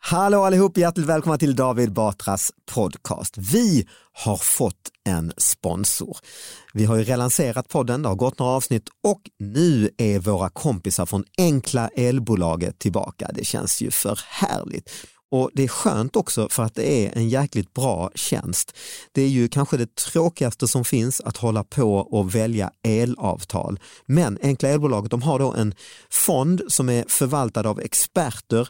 Hallå allihop, hjärtligt välkomna till David Batras podcast. Vi har fått en sponsor. Vi har ju relanserat podden, det har gått några avsnitt och nu är våra kompisar från Enkla elbolaget tillbaka. Det känns ju för härligt. Och det är skönt också för att det är en jäkligt bra tjänst. Det är ju kanske det tråkigaste som finns att hålla på och välja elavtal. Men Enkla elbolaget de har då en fond som är förvaltad av experter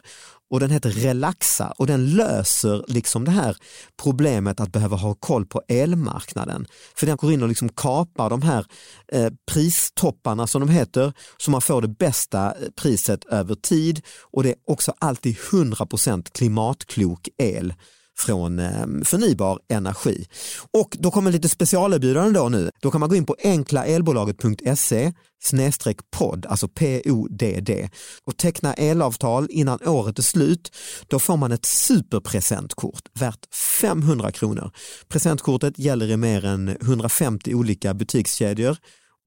och den heter Relaxa och den löser liksom det här problemet att behöva ha koll på elmarknaden. För den går in och liksom kapar de här eh, pristopparna som de heter så man får det bästa eh, priset över tid och det är också alltid 100% klimatklok el från eh, förnybar energi. Och då kommer lite specialerbjudande då nu. Då kan man gå in på enklaelbolaget.se snedstreck podd, alltså P-O-D-D och teckna elavtal innan året är slut. Då får man ett superpresentkort värt 500 kronor. Presentkortet gäller i mer än 150 olika butikskedjor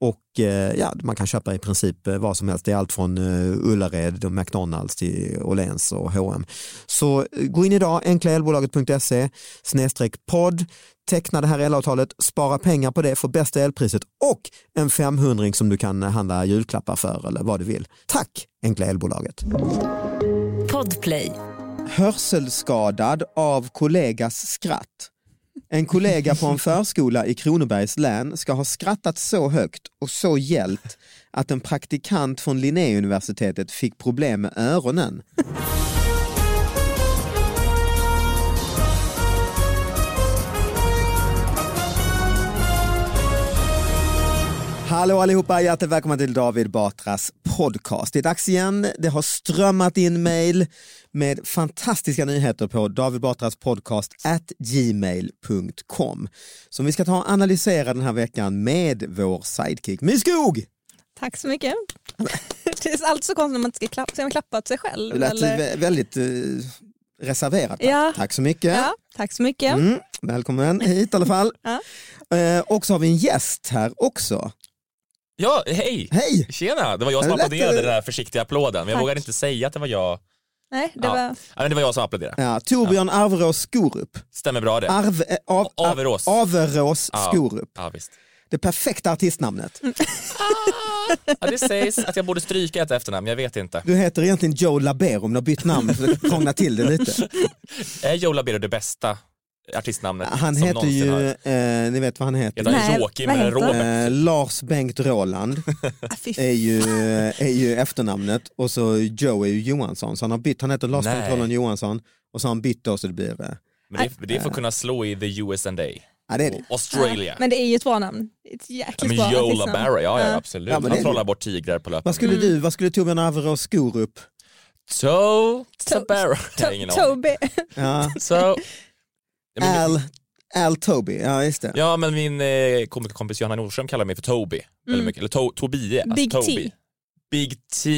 och eh, ja, man kan köpa i princip eh, vad som helst. Det är allt från eh, Ullared och McDonalds till Åhléns och H&M. Så eh, gå in idag, enklaelbolaget.se snedstreck podd, teckna det här elavtalet, spara pengar på det, få bästa elpriset och en 500 som du kan eh, handla julklappar för eller vad du vill. Tack Enkla Elbolaget! Podplay. hörselskadad av kollegas skratt. En kollega på en förskola i Kronobergs län ska ha skrattat så högt och så gällt att en praktikant från Linnéuniversitetet fick problem med öronen. Hallå allihopa, hjärtligt välkomna till David Batras podcast. Det är dags igen, det har strömmat in mail med fantastiska nyheter på David Batras podcast at gmail.com som vi ska ta och analysera den här veckan med vår sidekick My Skog! Tack så mycket. Det är alltid så konstigt när man inte ska klappa, ska man klappa åt sig Det själv. lät eller? vä- väldigt eh, reserverat. va? Ja. Tack så mycket. Ja, tack så mycket. Mm, välkommen hit i alla fall. Ja. Eh, och så har vi en gäst här också. Ja, hej! Hej! Tjena! Det var jag Är det som lätt, applåderade eller? den där försiktiga applåden, men jag Tack. vågade inte säga att det var jag. Nej, det Ja. var... Ja, men det var jag som applåderade. Ja, Torbjörn Arverås Skorup. Stämmer bra det. Arv, eh, av, Averås. Averås Ja. Skorup. Ja, visst. Det perfekta artistnamnet. Mm. Ja, det sägs att jag borde stryka ett efternamn, jag vet inte. Du heter egentligen Joe Labero men du har bytt namn för att krångla till det lite. Är Joe Labero det bästa artistnamnet Han som heter någonsin ju, har? eh, ni vet vad han heter? Heter han Nej, Joakim vad eller heter han? Eh, Robert? Lars Bengt Roland Ah, fy är ju, är ju efternamnet och så Joe är ju Johansson så han har bytt, han heter Lars Nej. Bengt Roland Johansson och så har han bytt då så det blir, eh, Men det, det är för att kunna slå i the US and A. ja det är det. Australia. fan. Men det är ju ett bra namn. Ett jäkligt Ja, men bra Joe artistnamn. Labero, ja, ja absolut. Ja, men det är han det. trollar bort tigrar på löpande. Vad skulle du, vad skulle Torbjörn Averås Skorup? Toe Labero. Jag To- har ingen aning. Toby. Ja. So, ja, men- Al, Al Toby, ja just det. Ja men min eh, komikerkompis Johanna Nordström kallar mig för Toby. Mm. Väldigt mycket. Eller to- Tobie. Alltså Big Toby. T. Big T.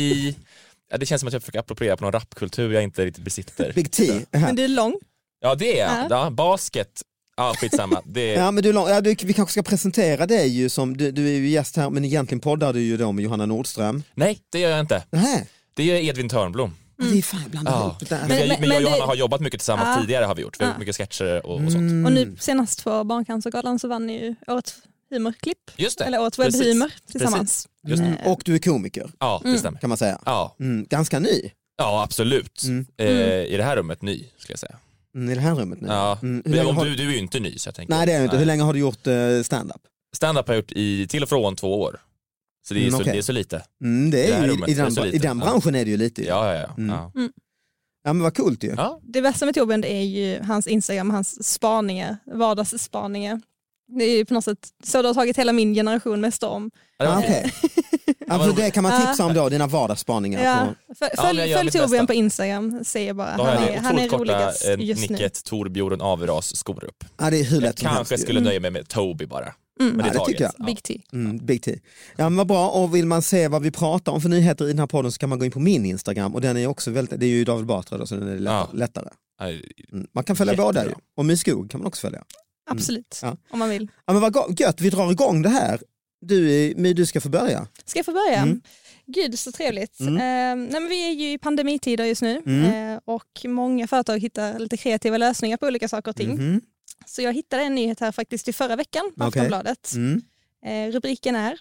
Ja, det känns som att jag försöker appropriera på någon rapkultur jag inte riktigt besitter. Big T. Men du är lång. Ja det är jag. Ja, basket. Ja skitsamma. Det är Ja, men du, la- ja, du, vi kanske ska presentera dig ju som, du, du är ju gäst här men egentligen poddar du ju då med Johanna Nordström. Nej det gör jag inte. Nej, Det gör Edvin Törnblom. det är fan blandat Ja. ihop det där. Men, jag, men- men jag och men det- Johanna har jobbat mycket tillsammans Ja. tidigare har vi gjort. Vi har gjort Ja. mycket sketcher Mm. och, och sånt. Och nu senast för Barncancergalan så vann ni ju årets humorklipp. Just det. Eller årets Precis. webbhumor tillsammans. Just det. Och du är komiker Ja det stämmer. kan man säga. Ja, Mm, ganska ny ja absolut. Mm. Eh, I det här rummet ny skulle jag säga. mm, i det här rummet nu. Ja. Mm, hur länge Men har... Du, du är ju inte ny så jag tänker. Nej det är jag inte. Hur länge har du gjort eh, stand-up? Stand-up har jag gjort i, till och från två år. Så det är, Mm, så, okej. det är så lite. Mm, det I det är här ju, rummet, i, det är den, så i lite. den Ja. branschen är det ju lite ju. Ja, ja, ja. Mm. ja. Ja, men vad coolt ju. Ja. Det bästa med Torbjörn det är ju hans Instagram, hans spaningar, vardagsspaningar. Det är ju på något sätt så det har tagit hela min generation med storm. Ja, det var Ah, fint. okej. ja, för det kan man tipsa om då, dina vardagsspaningar. Ja. på- Följ, Ja, men jag följ, gör mitt bästa. Torbjörn på Instagram, säger jag bara. Då har Han jag är, det han är otroligt korta roligast eh, just nu. nicket Torbjörn Averås Skorup. Ja, det är hur Jag lätt som kanske helst. ju. skulle nöja mig med Toby bara. Mm. Men Ja, det taget. tycker jag. Ja. Big T. Mm, big T. Ja, men vad bra, och vill man se vad vi pratar om för nyheter i den här podden så kan man gå in på min Instagram och den är också väldigt, det är ju David Batra då, så den är lätt, Ja. lättare. Nej, Mm. Man kan följa Jättebra. båda ju, och My Skog kan man också följa. Absolut, Ja. om man vill. Ja, men vad go- gött, vi drar igång det här. Du, eh, My, du ska få börja. Ska jag få börja? Mm. Gud så trevligt. Mm. Eh, nej, men vi är ju i pandemitider just nu Mm. eh, och många företag hittar lite kreativa lösningar på olika saker och ting. Mhm. Så jag hittade en nyhet här faktiskt i förra veckan på Okej. Aftonbladet. Mm. Eh, rubriken är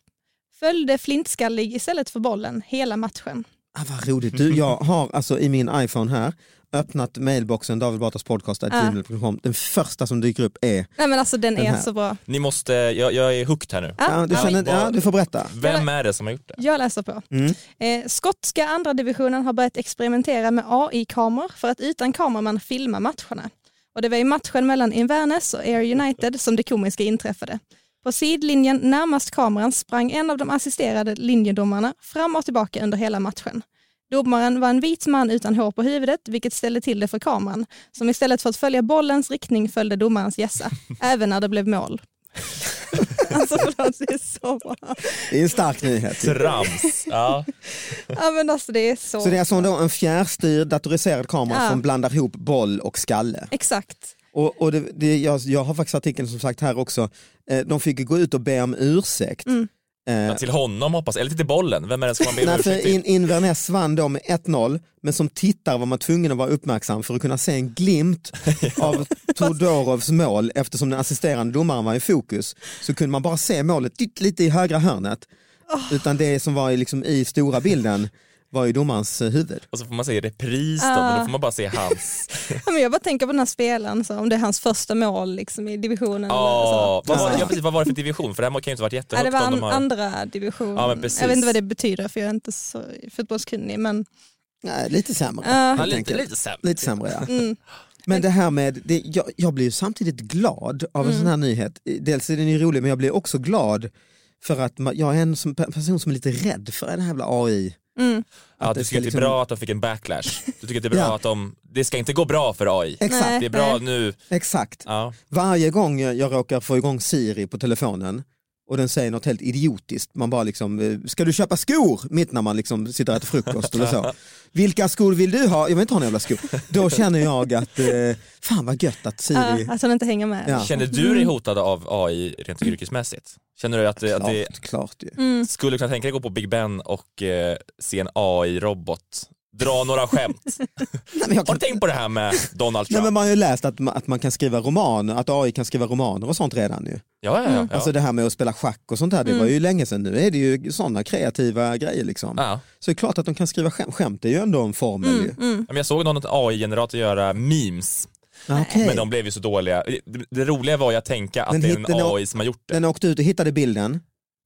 Följde flintskallig istället för bollen hela matchen. Ah, vad roligt. Du, jag har alltså i min iPhone här öppnat mailboxen davidbatraspodcast.gmail.com. Den första som dyker upp är... Nej men alltså den, Den är här. så bra. Ni måste, jag, jag är hooked här nu. Ja, Ja, du, ja, känner, ja, du får berätta. Vem är det som har gjort det? Jag läser på. Mm. Eh, skotska andra divisionen har börjat experimentera med AI-kameror för att utan kameraman filma matcherna. Och det var i matchen mellan Inverness och Air United som det komiska inträffade. På sidlinjen närmast kameran sprang en av de assisterade linjedomarna fram och tillbaka under hela matchen. Domaren var en vit man utan hår på huvudet, vilket ställde till det för kameran, som istället för att följa bollens riktning följde domarens gässa, även när det blev mål. alltså förlåt, det är så bra. Det är en stark nyhet. Trams! Ja. Ja, men alltså, det är så, Så det är alltså då en fjärrstyrd datoriserad kamera Ja. som blandar ihop boll och skalle. Exakt. Och, och det, det, jag, jag har faktiskt artikeln som sagt här också. Eh, De fick ju gå ut och be om ursäkt. Mm. Eh, Ja, till honom hoppas Eller till bollen. Vem är det som man ber om Nej, ursäkt för till? in, Inverness vann då med 1-0, men som tittare var man tvungen att vara uppmärksam för att kunna se en glimt av Todorovs mål eftersom den assisterande domaren var i fokus. Så kunde man bara se målet ditt, lite i högra hörnet. Utan det som var i, liksom, i stora bilden var ju domarens eh, huvud. Och så får man se repris då, men då får man bara se hans. Ja, men jag bara tänker på den här spelaren, så om det är hans första mål liksom, i divisionen. eller så. Alltså, Ja, vad, var, Ja. ja, precis, vad var det för division? För det här kan ju inte ha varit Ja, det jättehögt var om an- de har... andra division. Ja, men precis. jag vet inte vad det betyder för jag är inte så fotbollskunnig. Men, Nej, lite sämre. Ja. Ja, helt lite, enkelt. lite sämre. Lite sämre ja. mm, Men det här med, det, jag, jag blir ju samtidigt glad av en Mm. sån här nyhet. Dels är den ju rolig men jag blir också glad för att man, jag är en som, person som är lite rädd för den här jävla AI. mm, Ja, Att du det tycker ska att det är liksom- bra att de fick en backlash. Du tycker att det är bra Ja. Eh, att de... Det ska inte gå bra för AI. Exakt, Nej. Det är bra nu. exakt. Ja. Varje gång jag jag råkar få igång Siri på telefonen och den säger något helt idiotiskt, man bara liksom, eh, ska du köpa skor? Mitt när man liksom sitter och äter frukost eller så. Vilka skor vill du ha? Jag vill inte ha några jävla skor. Då känner jag att, eh, fan vad gött att Siri... Ja, att han inte hänger med. Ja. Känner du Mm. dig hotad av AI rent yrkesmässigt? Känner du att, det- att det Klart, klart ju. Mm. skulle kunna tänka dig gå på Big Ben och eh, se en AI-robot dra några skämt? Nej, men jag Har kan du tänkt på det här med Donald Nej, Trump? men man har ju läst att man, att man kan skriva romaner, att AI kan skriva romaner och sånt redan nu. Ja, ja, ja. Mm. ja. Alltså det här med att spela schack och sånt här, det var ju länge sedan. Nu är det ju sådana kreativa grejer liksom. ja. Mm. Så det är klart att de kan skriva skämt, skämt är ju ändå en formel Mm, ju. Ja, Men jag såg någon AI-generator göra memes, Okej. men de blev ju så dåliga. Det, det roliga var ju att tänka att Men det är en hittar ni- AI som har gjort det. Den åkte ut och hittade bilden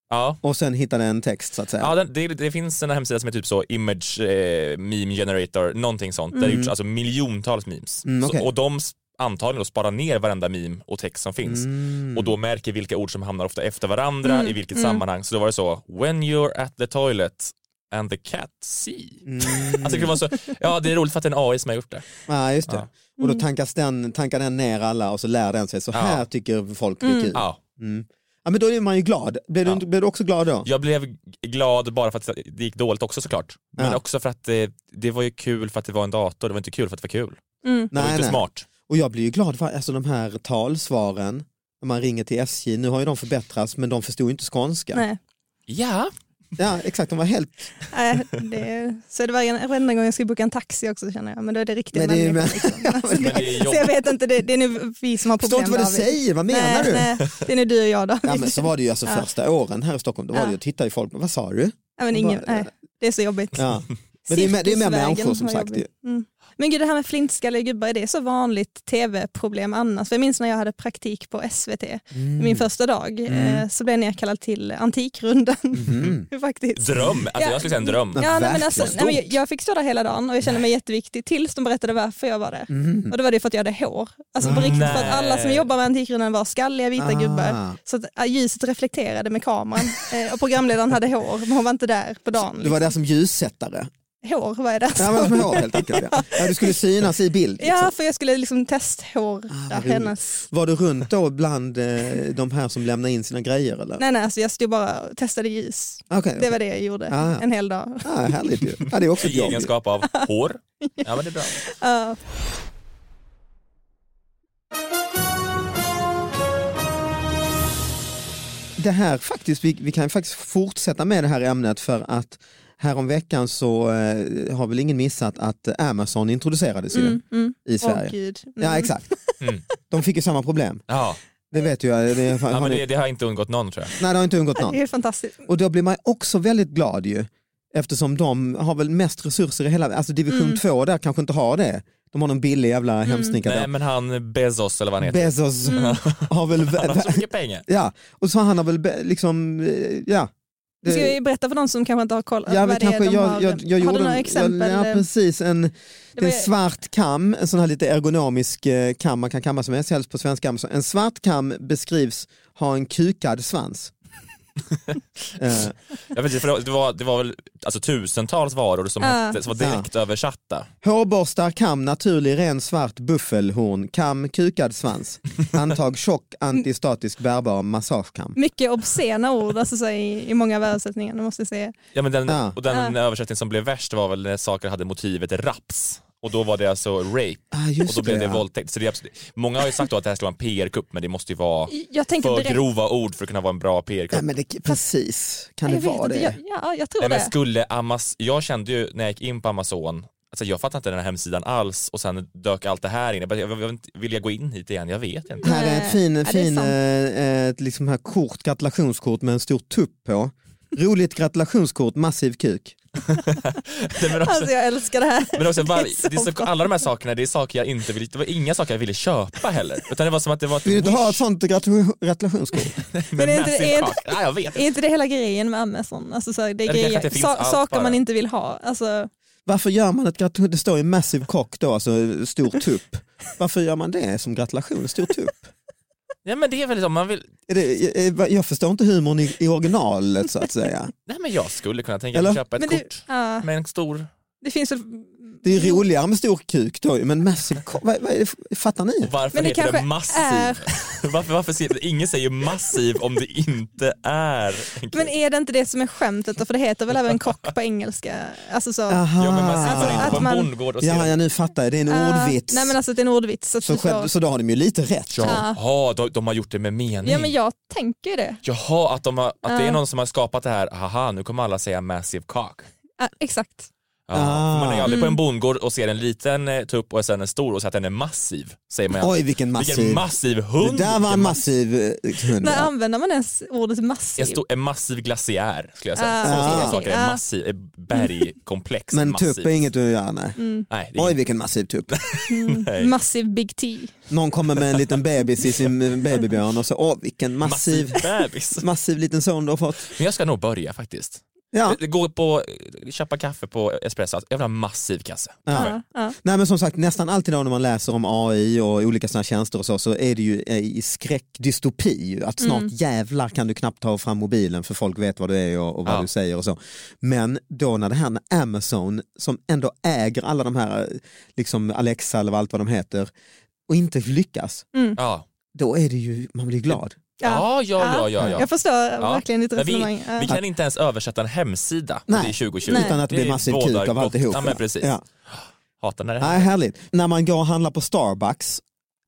Ja. och sen hittade en text så att säga. Ja, den, det, det finns en hemsida som är typ så image eh, meme generator, någonting sånt. Där det gjorts alltså miljontals memes. Mm, okej. så, och de s- antagligen då sparar ner varenda meme och text som finns. Mm. Och då märker vilka ord som hamnar ofta efter varandra, i vilket sammanhang. Så då var det så, when you're at the toilet and the cat see. Mm. Alltså det var så, ja det är roligt för att det är en AI som har gjort det. Ja, just det. Ja. Mm. Och då tankas den, tankar den ner alla och så lär den sig, så här tycker folk det är kul. Ja. Mm. Ja, men då är man ju glad. Blir du, Ja. inte- blir du också glad då? Jag blev g- glad bara för att det gick dåligt också såklart. Men Ja. också för att det, det var ju kul för att det var en dator, det var inte kul för att det var kul. Mm. Det var inte smart. Och jag blir ju glad för alltså de här talsvaren, när man ringer till SJ, nu har ju de förbättrats men de förstod ju inte skånska. Nej. Ja, Ja exakt, de var helt... Nej, det är, så det var en, varenda gång jag ska boka en taxi också känner jag, men då är det riktigt Men det är ju- liksom. alltså, men det är Så jobbigt. jag vet inte, det, det är nu vi som har Förstår problem inte vad du David. säger, vad menar nej, du? Nej, det är nu du och jag David. Ja, men så var det ju alltså Ja. första åren här i Stockholm, då var Ja. det ju, tittade ju folk, vad sa du? Ja, men ingen, Bara- nej, det är så jobbigt. Ja. Men det är mer- det är mer Cirkusvägen människor som var sagt jobbig. Mm. Men gud det här med flintskalliga gubbar, är det så vanligt tv-problem annars? För jag minns när jag hade praktik på SVT, Mm. min första dag, eh, så blev jag nerkallad till Antikrundan. Faktiskt. dröm. Alltså Ja. jag skulle säga en dröm. Mhm. Ja, Ja, nej, men alltså, verkligen. nej, men jag- jag fick stå där hela dagen och jag kände mig jätteviktig tills de berättade varför jag var där. Mhm. Och då var det för att jag hade hår. Alltså på riktigt för att alla som Nej. jobbar med Antikrundan var skalliga vita Ah. gubbar. Så att ja, ljuset reflekterade med kameran eh, och programledaren hade hår men hon var inte där på dagen. Liksom. Du var där som ljussättare. Hår var jag där Ja, men med hår helt enkelt. Ja. Ja, du skulle synas i bild. Liksom. Ja, för jag skulle liksom testhårda Ah, vad roligt. hennes. Var du runt då bland eh, de här som lämnade in sina grejer eller? Nej, nej, alltså jag stod bara och testade ljus. Okej. Det var det jag gjorde Ah, ja. en hel dag. Ja, härligt ju. Ja, det är också ett I jobb. ju. egenskap av hår. Ja men det är bra. Ah, Ja. det här faktiskt, vi, vi kan faktiskt fortsätta med det här ämnet för att häromveckan så eh, har väl ingen missat att Amazon introducerades ju Mm, mm. i Åh Sverige. gud. Mm. ja exakt, Mm. de fick ju samma problem. Ja. Det vet ju jag. Det, Ja, har men ni, det, det har inte undgått någon tror jag. Nej det har inte undgått någon. Det är fantastiskt. Och då blir man också väldigt glad ju. Eftersom de har väl mest resurser i hela Alltså division Mm. 2 där kanske inte har det. De har någon billig jävla hemsnickare. Nej men han Bezos eller vad han heter. Bezos Mm. har väl... Han har så mycket pengar. ja, och så han har väl be- liksom... eh, Ja. Det- Ska vi berätta för någon som kanske inte har koll? ja, vad vi det är de jag, har, jag, jag har gjorde du några en- exempel? Ja, precis. En, Det det är var- en svart kam, en sån här lite ergonomisk eh, kam man kan kamma som helst, helst på svenska Amazon. En svart kam beskrivs ha en kukad svans. Eh, Jag vet inte, för det, var, det var väl alltså, tusentals varor som, Ja. hette, som var direkt översatta. Hårborstar, kam, naturlig, ren, svart, buffelhorn, kam, kukad svans. Antag tjock, antistatisk, bärbar, massagekam. Mycket obscena ord alltså, så i, i många av översättningarna måste jag säga. Ja, men den, Ja. Och den översättning som blev värst var väl när saker hade motivet raps. Och då var det alltså rape Ah, och just då blev det ja. våldtäkt. Så det är absolut, många har ju sagt då att det här skulle vara en PR-kupp men det måste ju vara Jag tänker för direkt... grova ord för att kunna vara en bra PR-kupp. Nej, men det, precis, kan jag det vet vara inte, det? jag, ja, jag tror Nej, men det. skulle Amaz- jag kände ju när jag gick in på Amazon, alltså jag fattade inte den här hemsidan alls och sen dök allt det här in. Jag bara, jag, jag, vill jag gå in hit igen? Jag vet inte. Här är en fin, Ja, det är fin sant. eh, eh, ett liksom här kort, gratulationskort med en stor tupp på. Roligt gratulationskort, massiv kuk. Nej, men också, Alltså jag älskar det här. men också var, det är så det är så, bra. alla de här sakerna, det är saker jag inte ville, det var inga saker jag ville köpa heller. Utan det var som att det var ett Vill du inte ha ett wish sånt gratulation- gratulationskort? med Men är inte- massive är- cock. Nej, jag vet inte. Är inte det hela grejen med Amazon? Alltså, så här, det är Ja, det kanske grejer, inte finns sa- allt saker bara. man inte vill ha. Alltså, Varför gör man ett gratulation? Det står ju massiv kock då, alltså stor tupp. Varför gör man det som gratulation, stor tupp? Ja, men det är väl som man vill, Är det, är- är- jag förstår inte humorn i, i originalet så att säga. nej men jag skulle kunna tänka mig Eller? att köpa ett men det, kort ja, med en stor, det finns ju... Det är ju roligare med stor kuk då men massiv ko- vad, vad är det, för- fattar ni? och varför Men det heter det kanske massiv? är- varför, varför ser, ingen säger massiv om det inte är en Men är det inte det som är skämtet då? För det heter väl även kock på engelska? Alltså så. Aha. Ja men man sitter Alltså, inte att på en man- bondgård och ser ja, ja, nu fattar jag, det är en Ah, ordvits. Nej men alltså det är en ordvits. Så, att så, du själv, får- så då har de ju lite rätt. Jaha, de, de har gjort det med mening. Ja men jag tänker ju det. Jaha, att, de har, att det är Ja. någon som har skapat det här, haha nu kommer alla säga massive cock. Ja, exakt. Ja, Ah. för Man är ju aldrig på en Mm. bondgård och ser en liten eh, tupp och sen en stor och så att den är massiv. Säger man ju Oj vilken alltid. massiv. Vilken massiv hund! det där var vilken en ma- massiv eh, hund. När ja. använder man ens ordet massiv? En, stor, en massiv glaciär skulle jag säga. Ah, Så stora okej. saker är Ah. massiv, är bergkomplex. Men massivt. tupp är inget du gör nej. Mm, Nej, det är Oj inget. vilken massiv tupp. Nej. massiv Big T. Någon kommer med en liten bebis i sin eh, babybjörn och så, åh vilken massiv, massiv bebis. massiv liten son du har fått. Men jag ska nog börja faktiskt. Ja. Gå på, eh, köpa kaffe på espresso, jag vill ha en massiv kasse. Ja. Ja, ja. Nej men som sagt nästan alltid då när man läser om AI och olika sådana tjänster och så, så är det ju eh, i skräckdystopi ju, att snart Mm. jävlar kan du knappt ta fram mobilen för folk vet vad du är och, och vad Ja. du säger och så. Men då när det här med Amazon som ändå äger alla de här, eh, liksom Alexa eller allt vad de heter och inte lyckas, Ja. då är det ju, man blir glad. Ja, ja, ja, ja, ja. Jag förstår verkligen ditt Men vi- resonemang. Ja. Vi kan inte ens översätta en hemsida Nej. det är 2020. Nej. Utan att det blir är massiv båda kuk av gott. alltihop. Ja, men precis. Ja. Hatar när det Nej, härligt. När man går och handlar på Starbucks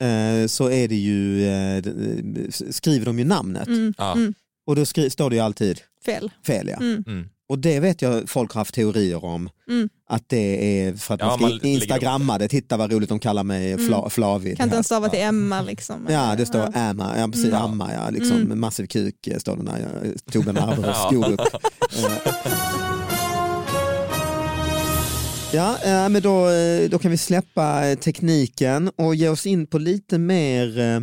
eh, så är det ju, eh, d- eh, skriver de ju namnet Mm, Ja. mm, och då skri- står det ju alltid fel. fel. Ja. Mm. Mm. Och det vet jag folk har haft teorier om. Mm. Att det är för att Ja, man man ska lägger man upp instagramma det. Titta vad roligt de kallar mig, fla, Flavid. Mm. Kan här. inte ens stava till Emma liksom. Ja det står Amma, ja precis, Mm. Amma ja, liksom, Mm. massiv kuk eh, står det när jag tog en arv och Ja. skor upp. Eh. Ja, eh, men då, eh, då kan vi släppa eh, tekniken och ge oss in på lite mer eh,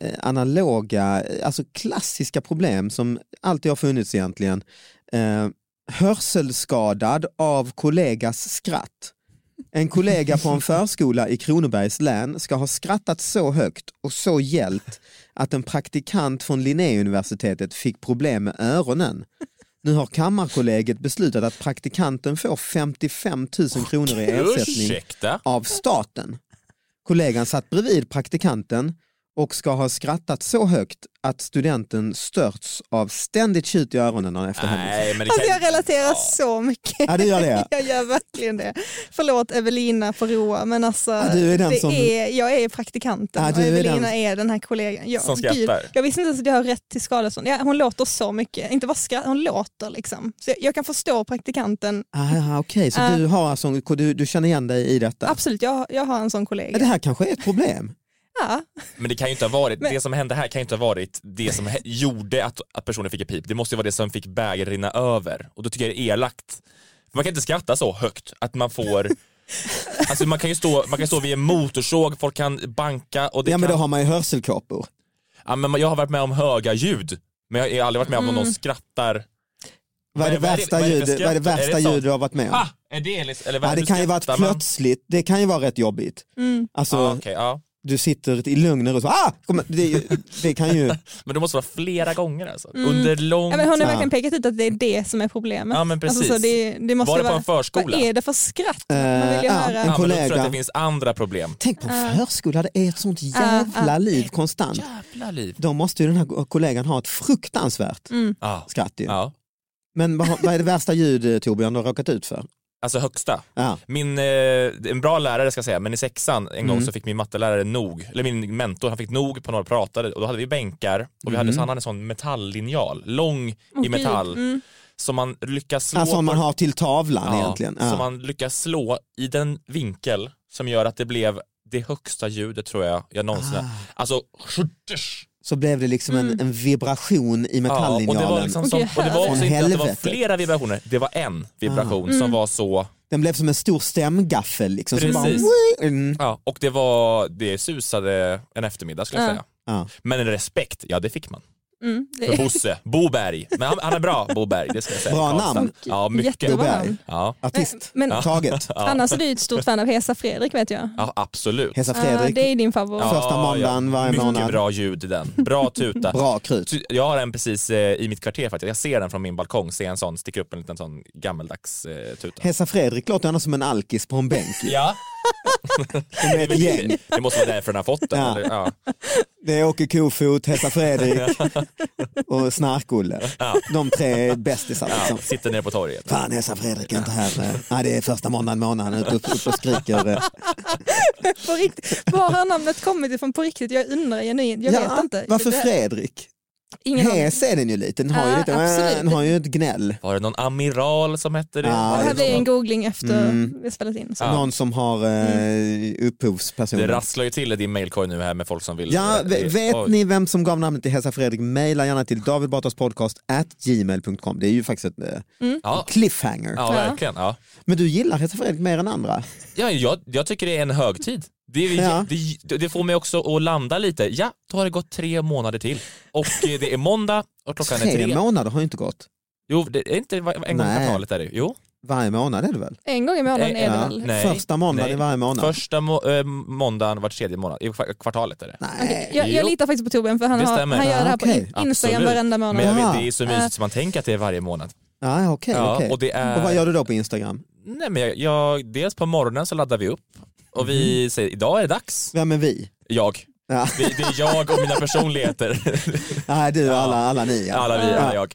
eh, analoga, eh, alltså klassiska problem som alltid har funnits egentligen. Eh, hörselskadad av kollegas skratt. En kollega på en förskola i Kronobergs län ska ha skrattat så högt och så gällt att en praktikant från Linnéuniversitetet fick problem med öronen. Nu har Kammarkollegiet beslutat att praktikanten får 55 000 kronor i ersättning Ursäkta? av staten. Kollegan satt bredvid praktikanten och ska ha skrattat så högt att studenten störts av ständigt tjut i öronen efter händelsen. Nej, men det Alltså kan... jag relaterar Ja. så mycket. Ja, du gör det. Jag gör verkligen det. Förlåt Evelina för roa men alltså Ja, du är den det som- är, jag är praktikanten Ja, och du är Evelina den- är den här kollegan. Jag, Som skrattar. jag visste inte ens att jag har rätt till skadestånd. Ja, hon låter så mycket, inte bara skratt, hon låter liksom. Så jag, jag kan förstå praktikanten, Ah, Okej, så Äh. du, har alltså, en- du, du känner igen dig i detta? absolut jag, jag har en sån kollega. Ja, Det här kanske är ett problem. Ja, Men det kan ju inte ha varit, Men- det som hände här kan ju inte ha varit det som hä- gjorde att, att personen fick ett pip. Det måste ju vara det som fick bägaren rinna över och då tycker jag det är elakt. För man kan inte skratta så högt att man får Alltså man kan ju stå, man kan stå vid en motorsåg, folk kan banka och det Ja, men då kan... har man ju hörselkåpor. Ja, men jag har varit med om höga ljud, men jag har aldrig varit med om Mm. att någon skrattar. Vad är det Vad är det- värsta vad är det för ljud vad är det skratt? Är värsta det sånt? ljud du har varit med om? Ah, är det liksom, eller vad Ja, hur det kan ju vara skrattar man? plötsligt, det kan ju vara rätt jobbigt. mm. Alltså, Ja, okej, ja. du sitter i lugn och ro, så, ah! Kom, det, är ju- det kan ju... Men det måste vara flera gånger alltså. Mm. Under lång ja men hon Ja. har verkligen pekat ut att det är det som är problemet. Ja men precis. Alltså, så det, det måste var det på vara, en förskola? vad är det för skratt? Man vill ju Eh, ja, höra. en Ja, men då tror jag kollega. att det finns andra problem. Tänk på en förskola, det är ett sånt Ja, jävla Eh. ja. liv konstant. Jävla liv. Då måste ju den här kollegan ha ett fruktansvärt Mm. Ja. skratt ju. ja. Men vad, har- vad är det värsta ljud eh, Torbjörn du har råkat ut för? Alltså högsta. Ja. Min, eh, en bra lärare ska jag säga, men i sexan en gång Mm. så fick min mattelärare nog, eller min mentor, han fick nog på några pratade och då hade vi bänkar och vi hade, Mm. så han hade en sån metalllinjal, lång Åh, i gud. metall, Mm. som man lyckas slå Alltså om man på- har till tavlan Ja, egentligen. Ja. Som man lyckas slå i den vinkel som gör att det blev det högsta ljudet tror jag jag någonsin Ah. har. Alltså, skjutters! Så blev det liksom Mm. en, en vibration i Ja, och metalllinjalen. det var, liksom Åh, som, gud, och det var också helvete. inte att det var Helvete. flera vibrationer, det var en vibration Ah. Mm. som var så, Den blev som en stor stämgaffel. Liksom, som bara, Precis. mm. ja, och det var, det susade en eftermiddag skulle jag Ja. säga. ja. Men en respekt, ja det fick man. Mm. Det För Bosse, Boberg, men han, han är bra Boberg, det ska jag säga. Bra Karlstad. namn. Ja, mycket. Jättebra Boberg. namn. Ja, Artist, Men taget. ja, annars är du ju ett stort fan av Hesa Fredrik vet jag. ja, absolut. Hesa Ah, Fredrik, det är din favorit. Första Ja, måndagen varje mycket månad. bra ljud i den, bra tuta. bra krut. Så Jag har en precis eh, i mitt kvarter faktiskt, jag ser den från min balkong, ser en sån, sticker upp en liten sån gammeldags eh, tuta. Hesa Fredrik låter annars som en alkis på en bänk. ju. Ja, De är ett gäng. det, det måste vara därför den har fått den. Ja. Eller, ja. Det är Åke Kofot, Hesa Fredrik och Snark-Olle. De tre är bästisar. Ja, Liksom. sitter nere på torget. Fan Hesa Fredrik är inte här. Nej, det är första måndagen i månaden, ute upp, upp och skriker. eh. På riktigt. Var har namnet kommit ifrån på riktigt? Jag undrar genuint, jag vet inte. Varför Det- Fredrik? Ingen aning. Hes är den ju lite, den har ju, Ja, lite, absolut. den har ju ett gnäll. Var det någon amiral som hette det? Ja, Det Var här det blir en någon- googling efter Mm. vi spelat in. Så. Ja. Mm. Någon som har eh, upphovsperson. det rasslar ju till i din mailkorg nu här med folk som vill... Ja, eh, v- oj. vet ni vem som gav namnet till Hesa Fredrik? Maila gärna till davidbatraspodcast@gmail.com. Det är ju faktiskt ett eh, Ja, cliffhanger. ja, verkligen. Ja. Men du gillar Hesa Fredrik mer än andra. Ja, jag, jag tycker det är en högtid. Det, är- Ja. det, det får mig också att landa lite. Ja, då har det gått tre månader till. Och eh, det är måndag och klockan är Tre tre. månader har ju inte gått. Jo, det är inte va- en gång i Nej. kvartalet är det. Jo. Varje månad är det väl? En gång i månaden Nej, är det ja. väl? Nej. Första måndagen Nej. i varje månad. Första må- eh, måndagen var tredje månad. I kva- kvartalet är det. Nej. Jag, jag Jo. litar faktiskt på Torbjörn för han, Det har, stämmer. han gör det här på Okej. in- Instagram Absolut. varenda månad. Men jag Aha. Eh. vet, det är så mysigt som man tänker att det är varje månad. Ja, okej, Ja, okej. och det är- Och vad gör du då på Instagram? Nej, men jag, jag, dels på morgonen så laddar vi upp och vi säger idag är det dags. Vem är vi? Jag. Mm. Ja. Det, det är jag och mina personligheter. Nej, du och alla, alla ni. Ja. Alla vi, alla Ja. jag.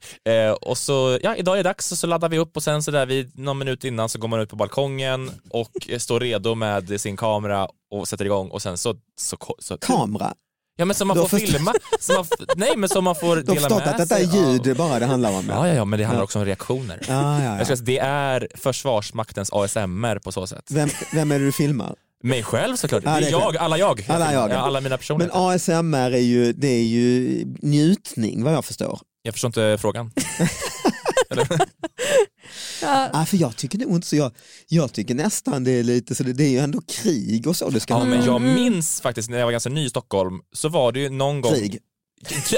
Eh, och så, ja, idag är det dags och så laddar vi upp och sen så där vid någon minut innan så går man ut på balkongen och eh, står redo med sin kamera och sätter igång och sen så... så, ko- så Kamera. ja men som man Du har får förstått- filma, som man, f- nej men som man får Du har dela förstått med att detta är sig av. ljud bara det handlar om. Ja, ja, ja, men det handlar Ja. också om reaktioner. Ja, ja, Jag ja. ska säga, det är Försvarsmaktens ASMR på så sätt. Vem, vem är det du filmar? Mig själv såklart, det Ja, det är är klart. jag, alla jag. Alla jag. Ja, alla mina Men personer. ASMR är ju, det är ju njutning vad jag förstår. Jag förstår inte frågan. Ja, Ah, för jag tycker nog inte så, jag, jag tycker nästan det är lite så, det, det är ju ändå krig och så det ska Ja, handla men om. jag minns faktiskt när jag var ganska ny i Stockholm så var det ju någon gång Krig.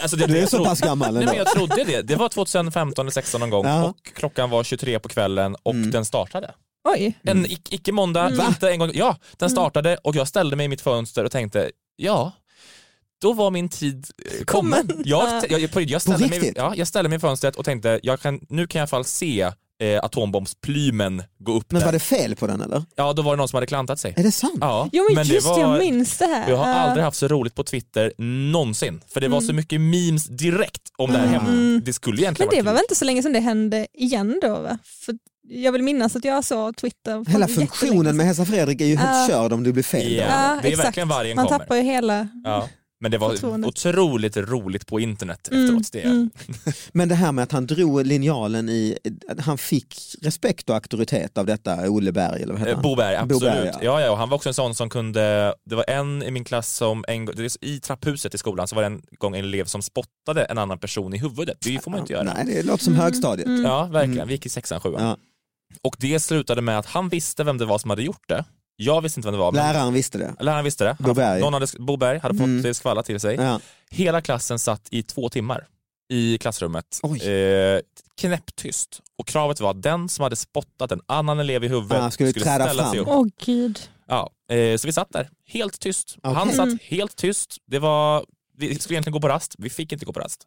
Alltså det, Du är jag så trodde- pass gammal Nej, men ändå. jag trodde det. Det var 2015 eller 16 någon gång Ja. Mm. och klockan var 23 på kvällen och den startade. oj, En ic- icke måndag, Mm. inte en gång. Ja, den startade och jag ställde mig i mitt fönster och tänkte, ja, då var min tid eh, kommen. Jag, jag, jag, jag, ställde mig, riktigt? ja, jag ställde mig i fönstret och tänkte, jag kan, nu kan jag i alla fall se eh, atombombsplymen gå upp Men där. var det fel på den eller? Ja, då var det någon som hade klantat sig. Är det sant? Ja, Jo men, just det var... det, jag minns det här. Jag har Eh, aldrig haft så roligt på Twitter någonsin. För det var Mm. så mycket memes direkt om det här Mm. hemma. Det skulle men egentligen det varit var kul. väl inte så länge sedan det hände igen då va? För jag vill minnas att jag såg Twitter. för Hela jättelänge funktionen med Hälsa Fredrik är ju helt Ja. körd om du blir fel. Ja. då. Ja, det är exakt. verkligen vargen Man kommer. tappar ju hela... Ja. Men det var Förtroendet. otroligt roligt på internet efteråt. Det. mm. Men det här med att han drog linjalen i, att han fick respekt och auktoritet av detta Olle Berg eller vad heter Eh, han? Boberg, absolut. Boberg, ja. ja. Ja, och han var också en sån som kunde, det var en i min klass som en gång, det är så- i trapphuset i skolan så var det en gång en elev som spottade en annan person i huvudet. Det får man inte göra. Nej, det låter Mm. som högstadiet. Ja, verkligen. Mm. Vi gick i sexan, sjuan. Ja. Och det slutade med att han visste vem det var som hade gjort det. Jag visste inte vem det var. men- Läraren visste det. Läraren visste det. Han, Boberg. Någon hade, Boberg hade fått Mm. det skvalla till sig. Ja. Hela klassen satt i två timmar i klassrummet. Oj. Eh, knäpptyst. Och kravet var att den som hade spottat en annan elev i huvudet Ah, skulle skulle, träda ställa fram. sig upp. Åh gud. Ja, eh, så vi satt där, helt tyst. Okej. Han satt Mm. helt tyst. Det var, vi skulle egentligen gå på rast, vi fick inte gå på rast.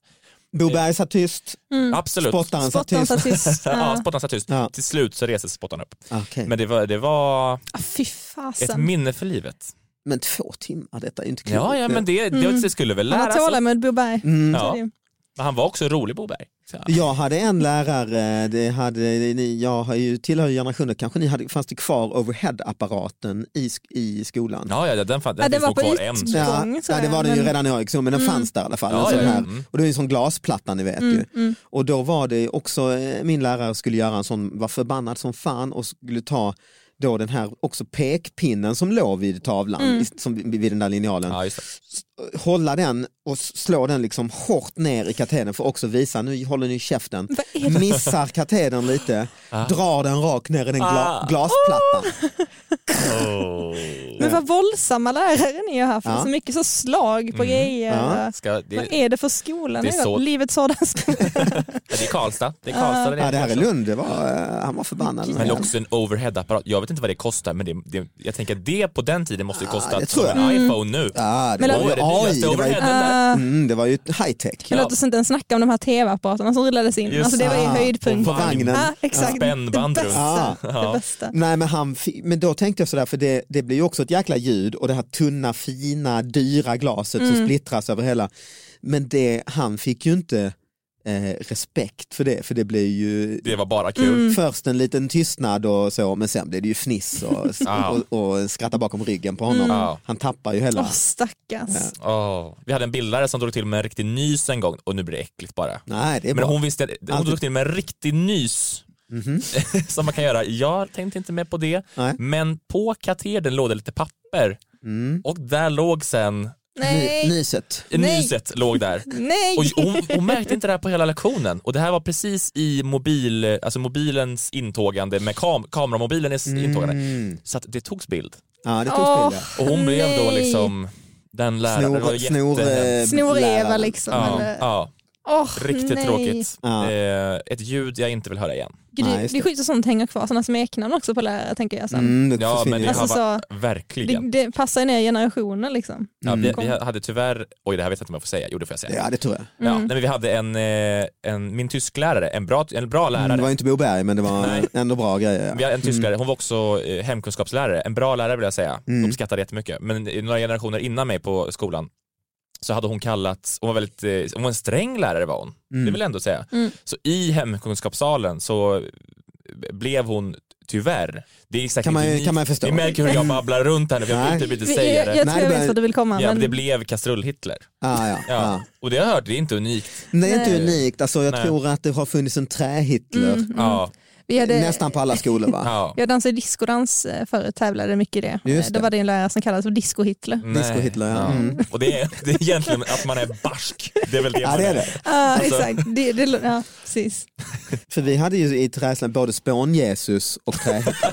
Eh. Boberg satt tyst, Mm. Absolut. spottaren satt Spottaren tyst. satt tyst. Ja, Ja. spottaren satt tyst. Ja. Till slut så reses spottaren upp. Okej. Men det var, det var Ah, Fy ett fasen. minne för livet. Men två timmar, detta är inte klokt. Ja, ja men det, det, det skulle väl Mm. Han har lära sig. tålamod Boberg. Mm. alltså. Ja. Så det- Men han var också rolig Boberg. Så- Jag hade en lärare, det hade, ni, jag har ju tillhör ju generationer, kanske ni hade, fanns det kvar overhead-apparaten i, sk- i skolan? Ja, ja den, fan, den Ja, det finns var nog på kvar it. än. Ja. Ja, Gång, tror ja, det jag, var den ju men- redan när jag gick i skolan, men den fanns där i alla fall. en Ja, sån ja, här. mm. Och det är en sån glasplatta ni vet ju. mm. Och då var det också, eh, min lärare skulle göra en sån, var förbannad som fan och skulle ta då den här också pekpinnen som låg vid tavlan, Mm. i- som, vid den där linjalen. Ja, just det. Hålla den och s- slå den liksom hårt ner i katedern för att också visa, nu håller ni käften. Vad är det? Missar katedern lite, drar den rakt ner i den gla- Ah. glasplattan. Mm. Men vad våldsamma lärare ni har haft. Ja. Så mycket så slag på grejer. Ja. Ska, det, Vad är det för skolan? Mm. Det är jag har så- gått? Livet sådant ska det är Karlstad. Det är Ja, Karlstad det här är kanske. Lund, det var, eh, han var förbannad. Oh. Men också en overhead-apparat. Jag vet inte vad det kostar men det, det, jag tänker att det på den tiden måste ju kosta det tror som en Mm. iPhone nu. Ja, det, Men var Oj, ju det AI, nyaste det var ju, overheaden Ah, där. mm, det var ju high tech. Men låt oss inte ens snacka om de här tv-apparaterna som rullades in. Just alltså det var ju det. höjdpunkt. På vagnen. Ah, exakt. Spännband det runt. bästa. Ja. Det bästa. Nej men, han, fi- men då tänkte jag sådär, för det, det blir ju också ett jäkla ljud och det här tunna, fina, dyra glaset som splittras över hela. Men det, han fick ju inte eh, respekt för det, för det blev ju Det var bara kul. Mm. först en liten tystnad och så, men sen blev det ju fniss och, Ja. Mm. Oh. och, och skratta bakom ryggen på honom. Ja. Han tappar ju hela... Åh stackars. Åh. Vi hade en bildlärare som drog till med en riktig nys en gång och nu blir det äckligt bara. Nej, det är Men bra. hon, visste, hon Alltid. Mhm. drog till med en riktig nys som man kan göra. Jag tänkte inte med på det, Nej. men på katedern låg det lite papper Mm. och där låg sen, Ny, Nej, nyset. Nej. nyset låg där. nej. Och hon, hon märkte inte det här på hela lektionen och det här var precis i mobil, alltså mobilens intågande med kam, kameramobilens intågande. Mm. Så att det togs bild Ja, det togs Åh. bilder. och hon blev då Nej. liksom den läraren. Det var Snor, snor, jättehemskt. eh, Snor-Eva läraren. liksom. Ja, eller- ja, Åh, riktigt nej. tråkigt. Ja. Eh, ett ljud jag inte vill höra igen. Gud, Nej, det, just det är skit att sånt hänger kvar, sådana smeknamn också på lärare tänker jag sen. Mm, det Ja, men försvinner. det Alltså har varit, Det, verkligen. det passar ju ner generationer liksom. Ja, vi, vi hade tyvärr, oj det här vet jag inte om jag får säga, jo det får jag säga. ja, det tror jag. Mm, Mm. Ja, nej, men vi hade en, eh, en min tysklärare, en bra, en bra lärare, Det var inte Boberg men det var Nej. ändå bra grejer. vi hade Mm. en tysklärare, hon var också eh, hemkunskapslärare, en bra lärare vill jag säga, uppskattade jättemycket. Men i några generationer innan mig på skolan så hade hon kallats, hon var väldigt, eh, hon var en sträng lärare var hon, det Mm. vill jag ändå säga. Så i hemkunskapssalen så blev hon Tyvärr. Det är säkert Kan man- inte ni- kan man förstå. Ni märker hur jag babblar runt här nu för jag Nej. vill inte bli Vi- Jag, sägare. Nej, jag tror jag det var- vet vart du vill komma. Ja, men men det blev kastrull-Hitler. Ah, ja, Ja. ja. Och det har jag hört, det är inte unikt. Nej, det är inte Nej. unikt. Alltså, jag Nej. tror att det har funnits en trä-Hitler Ja, vi hade, nästan på alla skolor. Va? ja. Jag dansade discodans eh, förut, tävlade mycket i det. Just Eh, Då det. var det en lärare som kallades för disco-Hitler. Nej. Disco-Hitler, ja. Mm. Och det är, det är egentligen att man är barsk. Det är väl det Ja, man det är är. det. Ja, Alltså. exakt. Det, det, ja, precis. För vi hade ju i träslöjd både Spån-Jesus och trä-Hitler.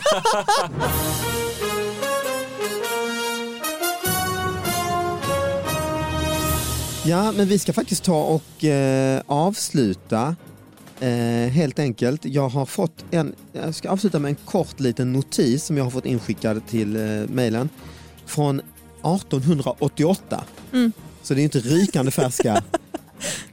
Ja, men vi ska faktiskt ta och eh, avsluta eh, helt enkelt. Jag har fått en, jag ska avsluta med en kort liten notis som jag har fått inskickad till eh, mejlen från 1888. Så det är inte rykande färska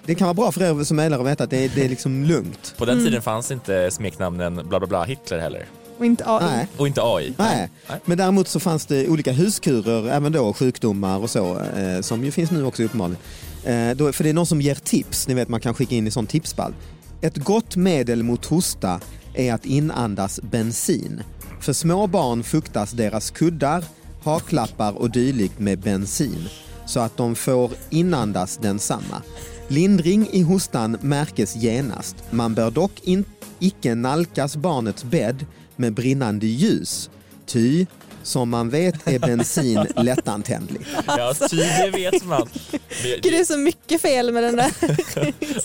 det kan vara bra för er som mejlare att veta att det är, det är liksom lugnt. På den tiden fanns inte smeknamnen bla bla bla Hitler heller. Och inte AI. Nej. Och inte AI. Nej. Nej. Men däremot så fanns det olika huskurer, även då sjukdomar och så, eh, som ju finns nu också uppenbarligen. Eh, då, för det är någon som ger tips, ni vet man kan skicka in i sån tipsball. Ett gott medel mot hosta är att inandas bensin. För små barn fuktas deras kuddar, haklappar och dylikt med bensin så att de får inandas densamma. Lindring i hostan märkes genast. Man bör dock in, icke nalkas barnets bädd med brinnande ljus Ty, som man vet är bensin lättantändlig. Ja, ty, det vet man. Men- Gud, det är så mycket fel med den där.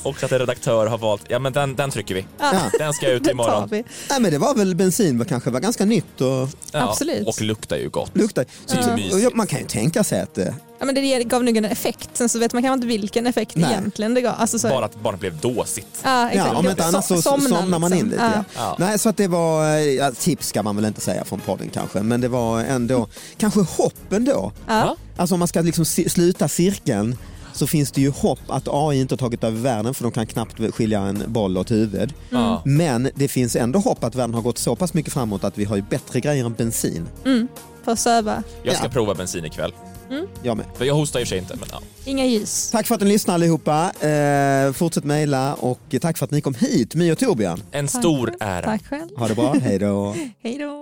Och att en redaktör har valt, ja men den, den trycker vi. Ja. Den ska Den ut tar imorgon. vi. Nej, men det var väl bensin, var kanske var ganska nytt och Ja, Absolut. Och luktar ju gott. luktar. Så Det är ju ty- och mysigt. man kan ju tänka sig att eh, Ja, men det ger- gav nog en effekt. Sen så vet man kanske inte vilken effekt Nej. egentligen det gav. Alltså, så... Bara att barnet blev dåsigt. Ja, exakt. ja, om inte Så- annars så somnar somnar man liksom. in lite. Ja. Ja. Ja. Nej, så att det var, eh, ja, tips ska man väl inte säga från podden kanske, men det var ändå kanske hopp ändå. Ja. Alltså om man ska liksom ci- sluta cirkeln så finns det ju hopp att AI inte har tagit över världen för de kan knappt skilja en boll och ett huvud. Mm. Ja. Men det finns ändå hopp att världen har gått så pass mycket framåt att vi har ju bättre grejer än bensin. För att söva. Jag ska Ja. prova bensin ikväll. Jag med. För jag hostar i och för sig inte, men ja. Inga ljus. Tack för att ni lyssnade allihopa. Eh, fortsätt mejla och tack för att ni kom hit, My och Torbjörn. En stor ära. Tack själv. Ha det bra, hej då. Hej då.